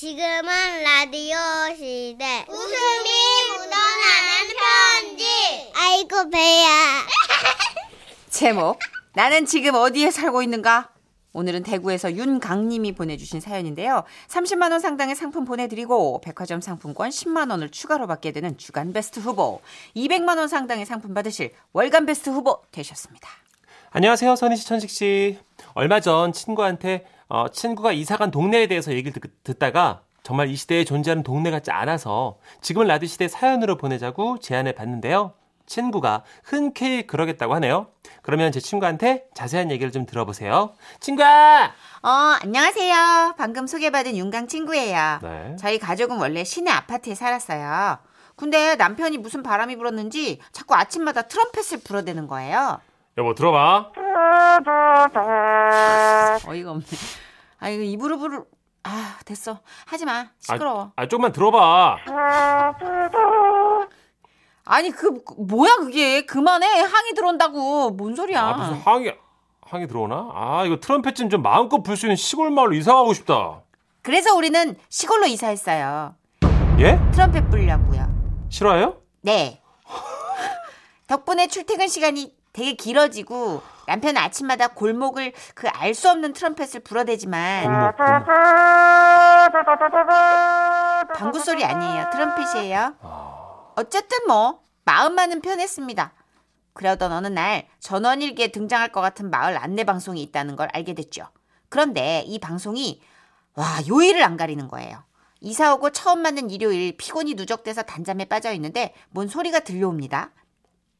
지금은 라디오 시대. 웃음이 묻어나는 편지. 아이고, 배야. 제목 나는 지금 어디에 살고 있는가? 오늘은 대구에서 윤강님이 보내주신 사연인데요. 30만 원 상당의 상품 보내드리고 백화점 상품권 10만 원을 추가로 받게 되는 주간 베스트 후보, 200만 원 상당의 상품 받으실 월간 베스트 후보 되셨습니다. 안녕하세요, 선희 씨, 천식 씨. 얼마 전 친구한테 어, 친구가 이사간 동네에 대해서 얘기를 듣, 다가 정말 이 시대에 존재하는 동네 같지 않아서 지금은 라디오 시대 사연으로 보내자고 제안해 봤는데요. 친구가 흔쾌히 그러겠다고 하네요. 그러면 제 친구한테 자세한 얘기를 좀 들어보세요. 친구야! 어 안녕하세요. 방금 소개받은 윤강 친구예요. 네. 저희 가족은 원래 시내 아파트에 살았어요. 근데 남편이 무슨 바람이 불었는지 자꾸 아침마다 트럼펫을 불어대는 거예요. 여보, 들어봐. 아, 어이가 없네. 아 이거 입으로 부를 아 됐어. 하지 마. 시끄러워. 아, 조금만 들어봐. 아, 니그 뭐야 그게 그만해 항이 들어온다고 뭔 소리야? 아, 무슨 항이, 항이 들어오나? 아, 이거 트럼펫 좀 마음껏 불 수 있는 시골 마을로 이사 가고 싶다. 그래서 우리는 시골로 이사했어요. 예? 트럼펫 불려고요. 싫어요? 네. 덕분에 출퇴근 시간이 되게 길어지고 남편은 아침마다 골목을 그 알 수 없는 트럼펫을 불어대지만 어머, 어머. 방구 소리 아니에요. 트럼펫이에요. 어쨌든 뭐 마음만은 편했습니다. 그러던 어느 날 전원일기에 등장할 것 같은 마을 안내 방송이 있다는 걸 알게 됐죠. 그런데 이 방송이 와 요일을 안 가리는 거예요. 이사 오고 처음 맞는 일요일 피곤이 누적돼서 단잠에 빠져 있는데 뭔 소리가 들려옵니다.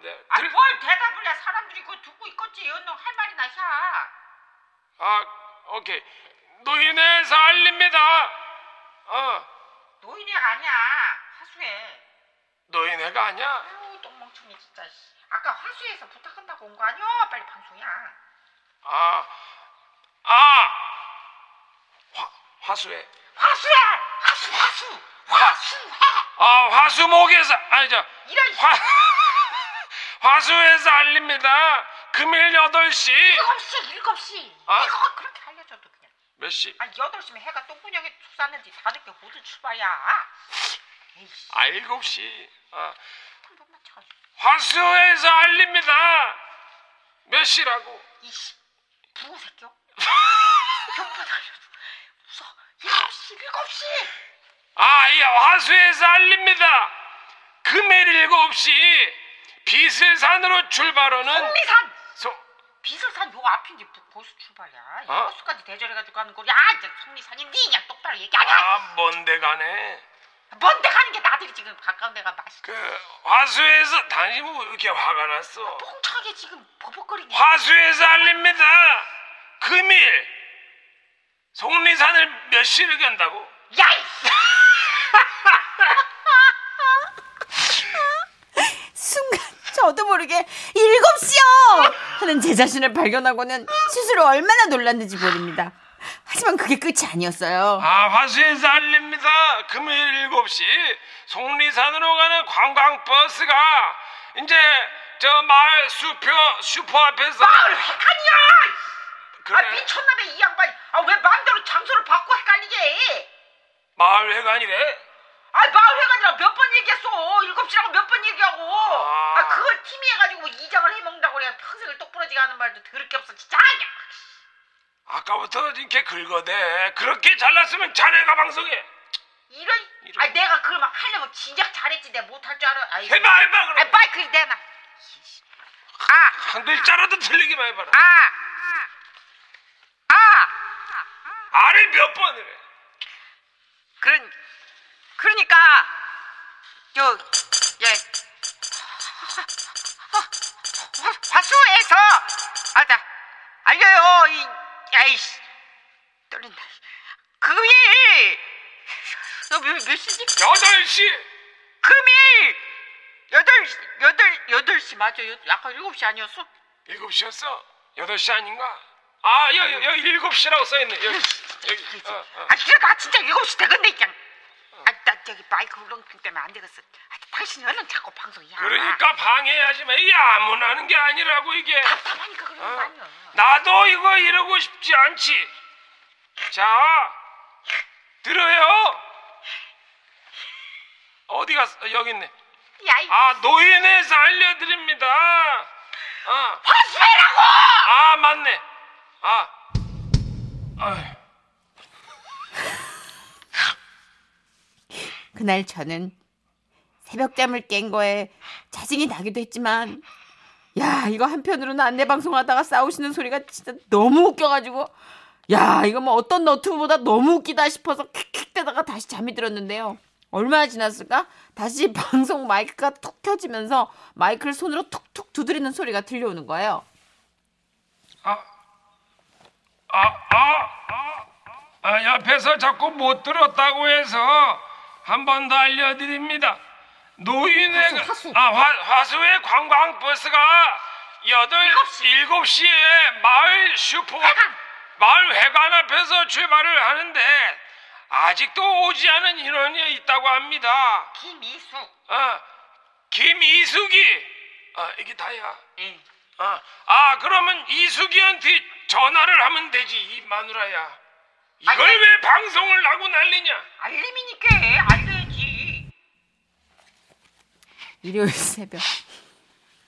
들, 아뭘 대답을 해 사람들이 그거 듣고 있겠지 언능 할 말이나 해 아, 오케이. 노인에서 알립니다. 어, 노인애가 아니야 화수애 노인애가 아니야? 아유 똥멍청이 진짜 씨. 아까 화수에서 부탁한다고 온 거 아니야 빨리 방송이야 아, 아! 화, 화수애. 화수야 화수 화수 화수해 아, 화수목에서, 아니, 저, 이런 화, 화수에서 알립니다. 금일 8시. 일곱 시 일곱 시 아. 이거 그렇게 알려줘도 그냥 몇 시? 아 여덟 시면 해가 똥구녕에 솟았는지 다 늦게 모두 출발이야 에이씨 아, 7시. 아, 똥좀 맞춰 화수에서 알립니다. 몇 시라고? 이씨 부호 새끼야 몇번 알려줘 무서 7시 7시 아, 예, 화수에서 알립니다. 금일 7시. 비슬산으로 출발하는 미산 소, 비설산 요 앞인지 부- 고수 출발이야 아. 버스까지 대절해가지고 가는 거야 아 이제 속리산이 니 그냥 똑바로 얘기하냐 아, 뭔데 가네. 먼데 가는 게 나들이 지금 가까운 데가 맛있 그, 화수에서, 당신 뭐왜 이렇게 화가 났어? 뽕차게 지금 버벅거리게 아. 화수에서 알립니다. 금일. 속리산을 몇 시를 간다고? 야이 순간 저도 모르게 일곱 시요 하는 제 자신을 발견하고는 스스로 얼마나 놀랐는지 모릅니다. 하지만 그게 끝이 아니었어요. 아, 화수에서 알립니다. 금요일 7시 속리산으로 가는 관광버스가 아, 이제 저 마을 수표 슈퍼 앞에서 마을 헷갈려 그래 아 미쳤나봐 이 양반이 아왜 마음대로 장소를 바꿔 헷갈리게 해? 마을 회관이래. 아 마을 회관이랑 몇 번 얘기했어 일곱시라고 몇 번 얘기하고 아. 아, 그걸 팀이 해가지고 이장을 해먹는다고 그래 평생을 똑부러지게 하는 말도 더럽게 없어 진짜 아니야 아까부터 이렇게 긁어대. 그렇게 잘났으면 자네가 방송해. 이런 이런. 아 내가 그걸 막 하려면 진작 잘했지 내가 못할 줄 알아 아이 해봐 해봐 그럼. 아 빨리 그리 내놔 아, 한 글자라도 틀리기만 해봐라. 아아 아. 알을 몇 번을 해. 그런 그러니까 저예 화수에서 아다 알려요 이 아이씨 떨린다 금일 몇, 몇 시지? 8시! 금일! 여덟 시 여덟 여덟 시 맞아. 여- 아까 일곱 시 아니었어? 7시였어? 8시 아닌가? 아, 여, 여, 여기 7시라고 써있네. 여기, 여기. 어, 어. 아, 내가 진짜 일곱 시 되겠네, 그냥. 아, 나 저기 마이크 울렁증 때문에 안 되겠어. 아, 당신이 얼른 자꾸 방송이야. 그러니까 방해하지 마. 이 아무나는 게 아니라고, 이게. 답답하니까 그런 거 아니야. 나도 이거 이러고 싶지 않지. 자, 들어요. 어디 갔어? 어, 여기 있네. 야, 이 아, 노인에서 알려드립니다. 아, 화수배라고! 아, 맞네. 아, 아휴. 그날 저는 새벽잠을 깬 거에 짜증이 나기도 했지만 야 이거 한편으로는 안내 방송하다가 싸우시는 소리가 진짜 너무 웃겨가지고 야 이거 뭐 어떤 너튜브보다 너무 웃기다 싶어서 킥킥대다가 다시 잠이 들었는데요 얼마나 지났을까 다시 방송 마이크가 툭 켜지면서 마이크를 손으로 툭툭 두드리는 소리가 들려오는 거예요 아, 옆에서 자꾸 못 들었다고 해서 한 번 더 알려드립니다. 노인의 화수. 아, 화, 화수의 관광버스가 여덟 일곱 시에 마을 슈퍼 마을 회관 앞에서 출발을 하는데 아직도 오지 않은 인원이 있다고 합니다. 김이수. 아, 김이숙이. 아, 이게 다야. 응. 아, 아 그러면 이수기한테 전화를 하면 되지 이 마누라야 이걸 아니. 왜 방송을 하고 난리냐 알림이니까 알려야지. 일요일 새벽.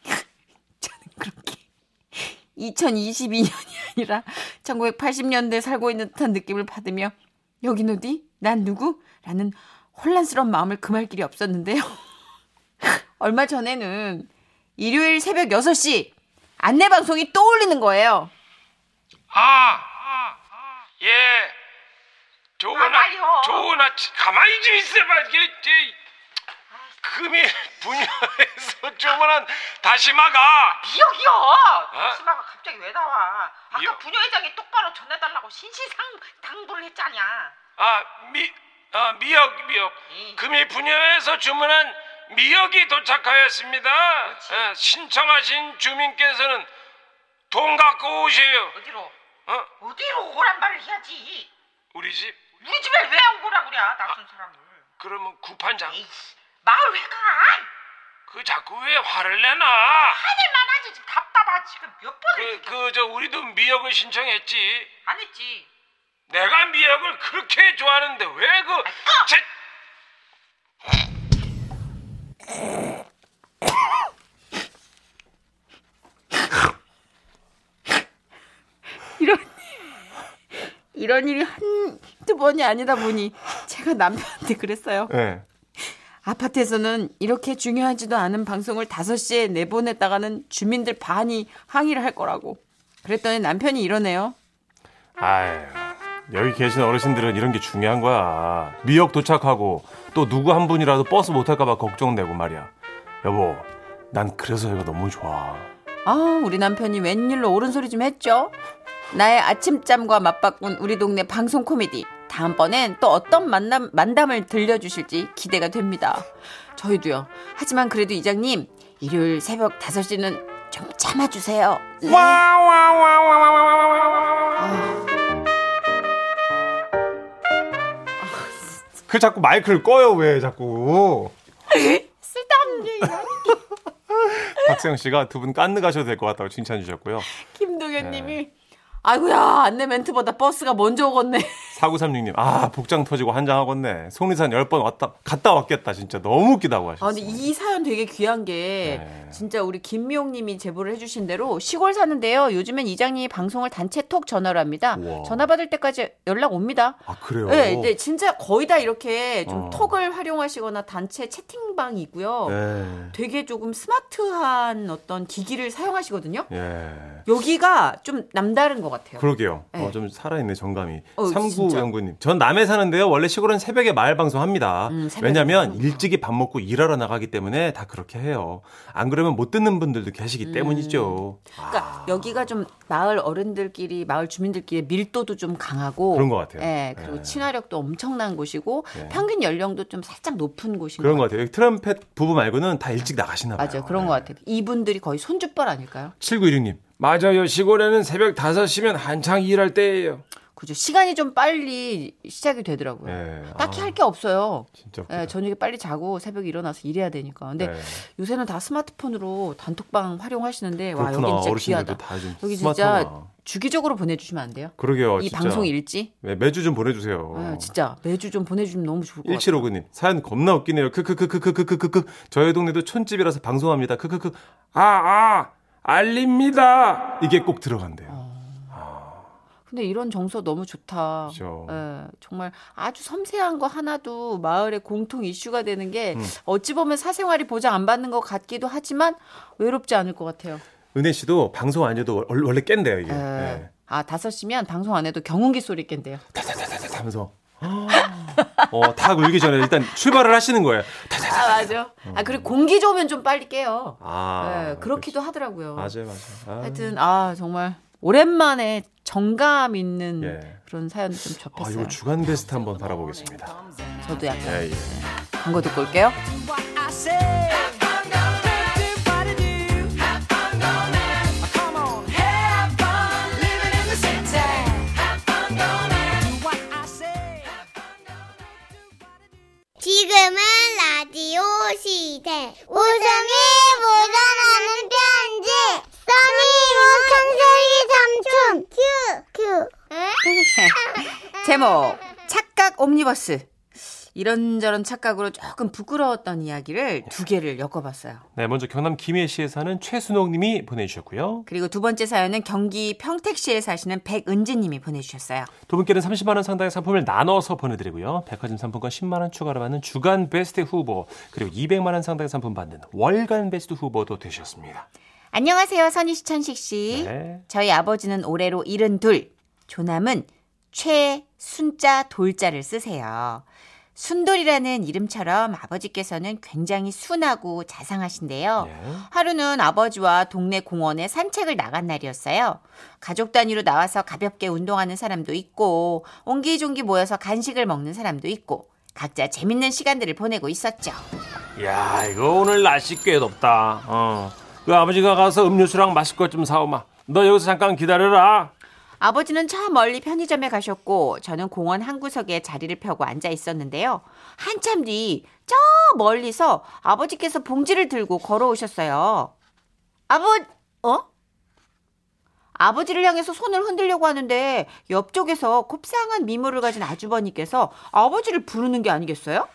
저는 그렇게 2022년이 아니라 1980년대에 살고 있는 듯한 느낌을 받으며 여긴 어디? 난 누구? 라는 혼란스러운 마음을 금할 길이 없었는데요. 얼마 전에는 일요일 새벽 6시 안내 방송이 또 울리는 거예요. 아, 아예 좋은 아, 빨리요. 아 좋은 아침 가만히 좀 있어봐 이게 이제 금이 분야에서 조만한 다시 막아 기억이요. 어? 다시마가 갑자기 왜 나와? 아까 미역. 부녀회장이 똑바로 전해달라고 신신상 당부를 했잖아. 아미 아, 미역 미역 응. 금이 분야에서 주문한 미역이 도착하였습니다 아, 신청하신 주민께서는 돈 갖고 오세요 어디로? 어? 어디로 오란 말을 해야지. 우리 집 우리 집에 왜 오고라 그래? 낯선 사람을. 그러면 구판장 에이씨, 마을 회관. 그 자꾸 왜 화를 내나 하늘만 하지 지금 답답하지. 지금 몇 번을 그 그 저 우리도 미역을 신청했지 안 했지. 내가 미역을 그렇게 좋아하는데 왜그 이런 이런 일이 한두 번이 아니다 보니 제가 남편한테 그랬어요. 예. 아파트에서는 이렇게 중요하지도 않은 방송을 5시에 내보냈다가는 주민들 반이 항의를 할 거라고. 그랬더니 남편이 이러네요. 아유, 여기 계신 어르신들은 이런 게 중요한 거야. 미역 도착하고 또 누구 한 분이라도 버스 못 탈까봐 걱정되고 말이야. 여보, 난 그래서 여기가 너무 좋아. 아, 우리 남편이 웬일로 옳은 소리 좀 했죠? 나의 아침잠과 맞바꾼 우리 동네 방송 코미디. 다음번엔 또 어떤 만남, 만담을 들려주실지 기대가 됩니다. 저희도요. 하지만 그래도 이장님, 일요일 새벽 5시는 좀 참아주세요. 네. 그 자꾸 마이크를 꺼요 왜 자꾸 박세영 씨가 두 분 깐느 가셔도 될 것 같다고 칭찬 주셨고요. 김동현님이 아이고야 안내 멘트보다 버스가 먼저 오겠네. 4936님, 아, 복장 터지고 한장하겠네. 속리산 10번 왔다, 갔다 왔겠다. 진짜 너무 웃기다고 아 근데 하셨어요. 이 사연 되게 귀한 게 네. 진짜 우리 김미용님이 제보를 해주신 대로 시골 사는데요. 요즘엔 이장님이 방송을 단체 톡 전화로 합니다. 우와. 전화 받을 때까지 연락 옵니다. 아, 그래요? 네, 근데 진짜 거의 다 이렇게 좀 어. 네. 톡을 활용하시거나 단체 채팅 탐방이고요. 예. 되게 조금 스마트한 어떤 기기를 사용하시거든요. 예. 여기가 좀 남다른 것 같아요. 그러게요. 예. 어, 좀 살아있네 정감이. 어, 진짜. 39 연구님. 전 남해 사는데요. 원래 시골은 새벽에 마을 방송합니다. 음, 새벽에. 왜냐면 일찍이 밥 먹고 일하러 나가기 때문에 다 그렇게 해요. 안 그러면 못 듣는 분들도 계시기 때문이죠. 음, 그러니까 여기가 좀 마을 어른들끼리 마을 주민들끼리의 밀도도 좀 강하고 그런 것 같아요. 예, 그리고 친화력도 엄청난 곳이고 예. 평균 연령도 좀 살짝 높은 곳인 그런 것 것 같아요. 트럼펫 부부 말고는 다 일찍 나가시나 봐요. 예. 네. 같아요. 맞아요. 그런 것 같아요. 이분들이 거의 손주뻘 아닐까요? 7916님. 맞아요. 시골에는 새벽 5시면 한창 일할 때예요. 그죠. 시간이 좀 빨리 시작이 되더라고요. 예. 네. 딱히 아, 할 게 없어요. 진짜 예, 저녁에 빨리 자고 새벽에 일어나서 일해야 되니까. 근데 네. 요새는 다 스마트폰으로 단톡방 활용하시는데 네, 와 여기 그렇구나. 진짜 어르신들도 귀하다. 다좀 여기 진짜 스마트하구나. 주기적으로 보내주시면 안 돼요? 그러게요. 이 어, 진짜. 방송 일지? 네, 매주 좀 보내주세요. 아, 진짜 매주 좀 보내주면 너무 좋을 것 같아요. 1759님 사연 겁나 웃기네요. 그, 크크크크크크크크크 그. 저희 동네도 촌집이라서 방송합니다. 그, 크크크 아, 아, 알립니다. 이게 꼭 들어간대요. 근데 이런 정서 너무 좋다. 그죠. 예, 정말 아주 섬세한 거 하나도 마을의 공통 이슈가 되는 음. 게 어찌 보면 사생활이 보장 안 받는 것 같기도 하지만 외롭지 않을 것 같아요. 은혜 씨도 방송 안 해도 월- 원래 깬대요 이게. 예. 네. 아 다섯 시면 방송 안 해도 경운기 소리 깬대요. 타타타타타 하면서 어, 탁 울기 전에 일단 출발을 하시는 거예요. 아 맞아. 아 그리고 공기 좋으면 좀 빨리 깨요. 아 예, 그렇기도 하더라고요. 맞아요 맞아요. 아, 하여튼 아 정말 오랜만에 정감 있는 예. 그런 사연 좀 아 접했어요. 네. 이거 주간 베스트 한번 바라보겠습니다. 저도 약간 예, 예. 광고 듣고 올게요. 지금은 라디오 시대. 웃음이 묻어나는 편지. 써니 우천세기 삼촌. 큐. 큐. 제목 착각 옴니버스 이런저런 착각으로 조금 부끄러웠던 이야기를 두 개를 엮어봤어요. 네, 먼저 경남 김해시에 사는 최순옥님이 보내주셨고요. 그리고 두 번째 사연은 경기 평택시에 사시는 백은지님이 보내주셨어요. 두 분께는 30만 원 상당의 상품을 나눠서 보내드리고요. 백화점 상품권 10만 원 추가로 받는 주간 베스트 후보 그리고 200만 원 상당의 상품 받는 월간 베스트 후보도 되셨습니다. 안녕하세요, 선희 시천식 씨. 네. 저희 아버지는 올해로 72, 조남은 최, 순자, 돌자를 쓰세요. 순돌이라는 이름처럼 아버지께서는 굉장히 순하고 자상하신데요. 하루는 아버지와 동네 공원에 산책을 나간 날이었어요. 가족 단위로 나와서 가볍게 운동하는 사람도 있고, 옹기종기 모여서 간식을 먹는 사람도 있고, 각자 재밌는 시간들을 보내고 있었죠. 야, 이거 오늘 날씨 꽤 덥다. 어. 그 아버지가 가서 음료수랑 마실 것 좀 사오마. 너 여기서 잠깐 기다려라. 아버지는 저 멀리 편의점에 가셨고 저는 공원 한 구석에 자리를 펴고 앉아 있었는데요. 한참 뒤 저 멀리서 아버지께서 봉지를 들고 걸어오셨어요. 아버 어? 아버지를 향해서 손을 흔들려고 하는데 옆쪽에서 곱상한 미모를 가진 아주버니께서 아버지를 부르는 게 아니겠어요?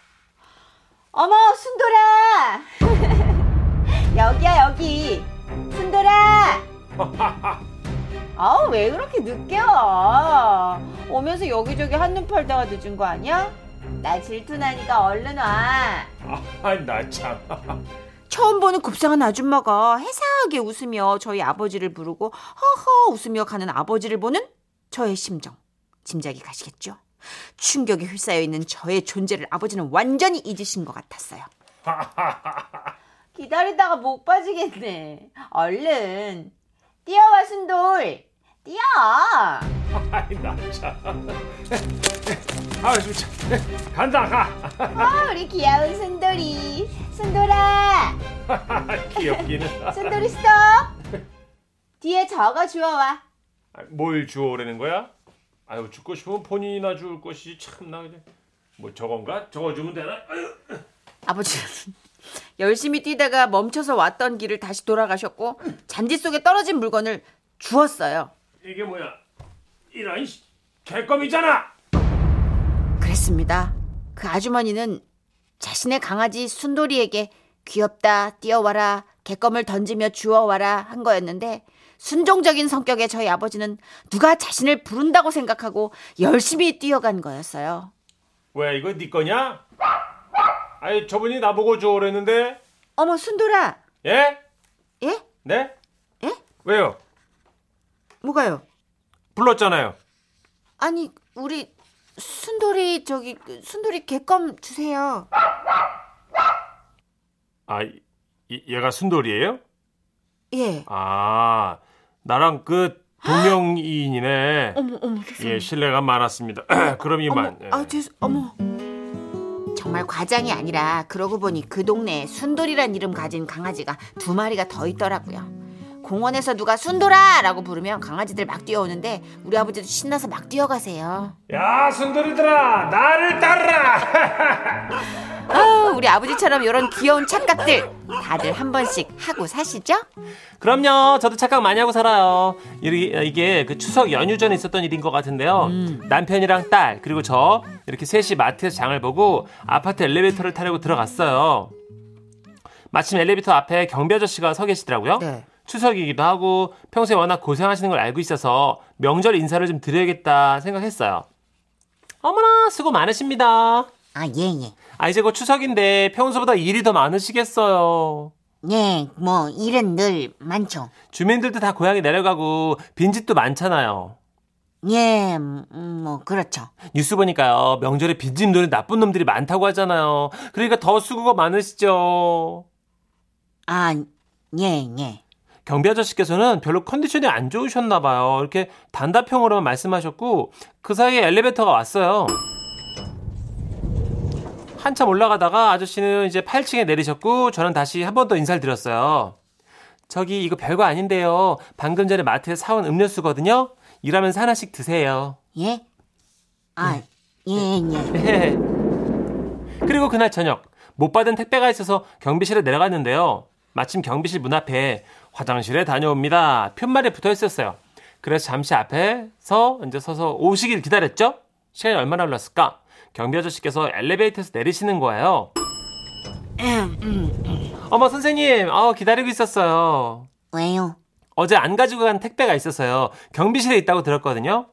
어머 순돌아 여기야 여기 순돌아 아우 왜 그렇게 늦게 와? 오면서 여기저기 한눈 팔다가 늦은 거 아니야? 나 질투나니까 얼른 와. 아, 나 참. 처음 보는 곱상한 아줌마가 해사하게 웃으며 저희 아버지를 부르고 허허 웃으며 가는 아버지를 보는 저의 심정 짐작이 가시겠죠? 충격에 휩싸여 있는 저의 존재를 아버지는 완전히 잊으신 것 같았어요. 기다리다가 못 빠지겠네. 얼른 뛰어와 순돌 뛰어. 아, 진짜. 간다, 가. 아, 우리 귀여운 순돌이. 순돌아. 귀엽기는. 순돌이 스톱. 뒤에 저거 주워와. 아, 뭘 주워오라는 거야? 아유, 죽고 싶으면 본인이나 주울 것이지. 참나, 그냥. 뭐 저건가? 저거 주면 되나? 아유. 아버지는 열심히 뛰다가 멈춰서 왔던 길을 다시 돌아가셨고 잔디 속에 떨어진 물건을 주웠어요. 이게 뭐야? 이런 씨, 개껌이잖아. 그랬습니다. 그 아주머니는 자신의 강아지 순돌이에게 귀엽다, 뛰어와라, 개껌을 던지며 주워와라 한 거였는데 순종적인 성격의 저희 아버지는 누가 자신을 부른다고 생각하고 열심히 뛰어간 거였어요. 왜 이거 네 거냐? 아니 저분이 나보고 줘 그랬는데 어머 순돌아 예? 예? 네? 예? 왜요? 뭐가요? 불렀잖아요. 아니 우리 순돌이 저기 그 순돌이 개껌 주세요. 아 이- 얘가 순돌이에요? 예. 아 나랑 그 동명이인이네. 아! 어머 어머 세상에. 예 실례가 많았습니다. 그럼 어머, 이만. 예. 아 죄송. 어머. 정말 과장이 아니라 그러고 보니 그 동네에 순돌이란 이름 가진 강아지가 두 마리가 더 있더라고요. 공원에서 누가 순돌아라고 부르면 강아지들 막 뛰어오는데 우리 아버지도 신나서 막 뛰어가세요. 야 순돌이들아 나를 따르라. 아, 우리 아버지처럼 이런 귀여운 착각들 다들 한 번씩 하고 사시죠? 그럼요. 저도 착각 많이 하고 살아요. 이리- 이게 그 추석 연휴 전에 있었던 일인 것 같은데요. 음. 남편이랑 딸 그리고 저 이렇게 셋이 마트에서 장을 보고 아파트 엘리베이터를 타려고 들어갔어요. 마침 엘리베이터 앞에 경비 아저씨가 서 계시더라고요. 네. 추석이기도 하고 평소에 워낙 고생하시는 걸 알고 있어서 명절 인사를 좀 드려야겠다 생각했어요. 어머나 수고 많으십니다. 아, 예, 예. 아 이제 곧 추석인데 평소보다 일이 더 많으시겠어요. 예, 뭐 일은 늘 많죠. 주민들도 다 고향에 내려가고 빈집도 많잖아요. 예, 음, 뭐 그렇죠. 뉴스 보니까요. 명절에 빈집 노는 나쁜 놈들이 많다고 하잖아요. 그러니까 더 수고가 많으시죠. 아, 예, 예. 경비 아저씨께서는 별로 컨디션이 안 좋으셨나 봐요. 이렇게 단답형으로만 말씀하셨고 그 사이에 엘리베이터가 왔어요. 한참 올라가다가 아저씨는 이제 8층에 내리셨고 저는 다시 한 번 더 인사를 드렸어요. 저기 이거 별거 아닌데요. 방금 전에 마트에 사온 음료수거든요. 일하면서 하나씩 드세요. 네. 예? 아, 예, 예. 예. 그리고 그날 저녁 못 받은 택배가 있어서 경비실에 내려갔는데요. 마침 경비실 문 앞에 화장실에 다녀옵니다. 편말이 붙어 있었어요. 그래서 잠시 앞에서 이제 서서 오시길 기다렸죠. 시간이 얼마나 흘렀을까? 경비 아저씨께서 엘리베이터에서 내리시는 거예요. 어머 선생님, 어, 기다리고 있었어요. 왜요? 어제 안 가지고 간 택배가 있어서요. 경비실에 있다고 들었거든요.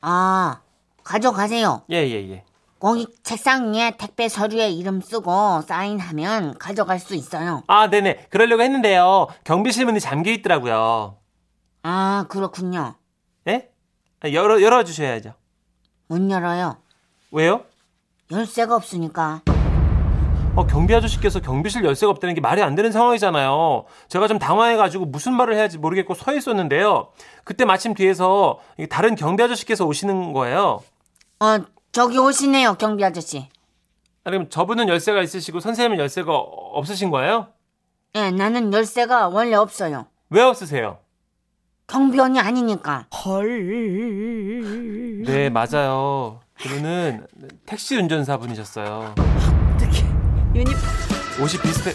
아, 가져가세요. 예 예, 예. 거기 책상 위에 택배 서류에 이름 쓰고 사인하면 가져갈 수 있어요. 아, 네네. 그러려고 했는데요. 경비실 문이 잠겨 있더라고요. 아, 그렇군요. 예? 아, 열어, 열어주셔야죠. 못 열어요. 왜요? 열쇠가 없으니까. 어, 경비 아저씨께서 경비실 열쇠가 없다는 게 말이 안 되는 상황이잖아요. 제가 좀 당황해가지고 무슨 말을 해야지 모르겠고 서 있었는데요. 그때 마침 뒤에서 이 다른 경비 아저씨께서 오시는 거예요. 어, 저기 오시네요, 경비 아저씨. 아, 그럼 저분은 열쇠가 있으시고 선생님은 열쇠가 없으신 거예요? 예, 나는 열쇠가 원래 없어요. 왜 없으세요? 경비원이 아니니까. 네, 맞아요. 그분은 택시 운전사분이셨어요. 옷이 비슷해.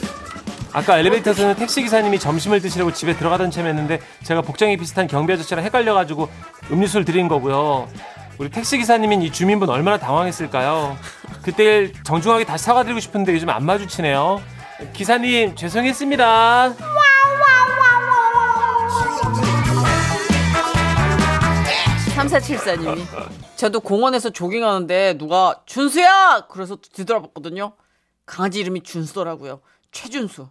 아까 엘리베이터에서는 택시 기사님이 점심을 드시려고 집에 들어가던 참이었는데 제가 복장이 비슷한 경비 아저씨랑 헷갈려가지고 음료수를 드린 거고요. 우리 택시 기사님인 이 주민분 얼마나 당황했을까요? 그때 일 정중하게 다시 사과드리고 싶은데 요즘 안 마주치네요. 기사님 죄송했습니다. 삼사칠사님이 저도 공원에서 조깅하는데 누가 준수야 그래서 뒤돌아봤거든요. 강아지 이름이 준수더라고요. 최준수.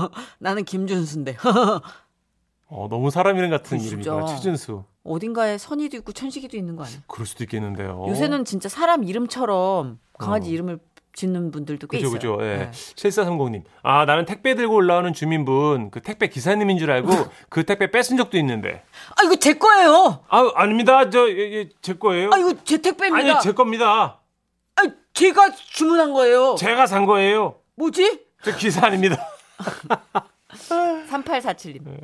나는 김준수인데. 어 너무 사람 이름 같은 진짜. 이름이구나 최준수. 어딘가에 선이도 있고 천식이도 있는 거 아니야? 그럴 수도 있겠는데요. 요새는 진짜 사람 이름처럼 강아지 이름을 짓는 분들도 꽤 어. 그죠 있어요. 그죠. 예. 네. 7430님. 아 나는 택배 들고 올라오는 주민분 그 택배 기사님인 줄 알고 그 택배 뺏은 적도 있는데. 아 이거 제 거예요. 아 아닙니다. 저제 거예요. 아 이거 제 택배입니다. 아니 제 겁니다. 아 제가 주문한 거예요. 제가 산 거예요. 뭐지? 저 기사 아닙니다. 3847님. 네.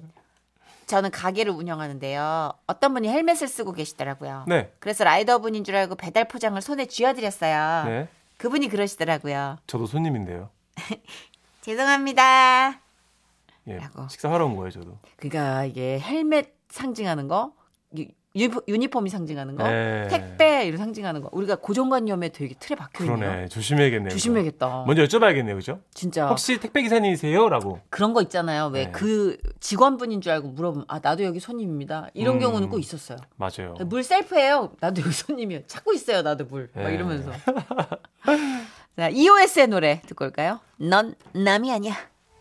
저는 가게를 운영하는데요. 어떤 분이 헬멧을 쓰고 계시더라고요. 네. 그래서 라이더분인 줄 알고 배달 포장을 손에 쥐어드렸어요. 네. 그분이 그러시더라고요. 저도 손님인데요. 죄송합니다. 예. 라고. 식사하러 온 거예요, 저도. 그러니까 이게 헬멧 상징하는 거, 유, 니폼이 상징하는 거, 네. 택배 이런 상징하는 거. 우리가 고정관념에 되게 틀에 박혀 있네요. 그러네. 조심해야겠네요. 조심해야겠다. 먼저 여쭤봐야겠네요, 그죠? 어. 진짜 혹시 택배 기사님이세요? 라고. 그런 거 있잖아요. 네. 왜 그 직원분인 줄 알고 물어보면 아 나도 여기 손님입니다. 이런 음. 경우는 꼭 있었어요. 맞아요. 네, 물 셀프예요. 나도 여기 손님이에요. 찾고 있어요. 나도 물. 막 네. 이러면서. 자, EOS의 노래 듣고 올까요? 넌 남이 아니야.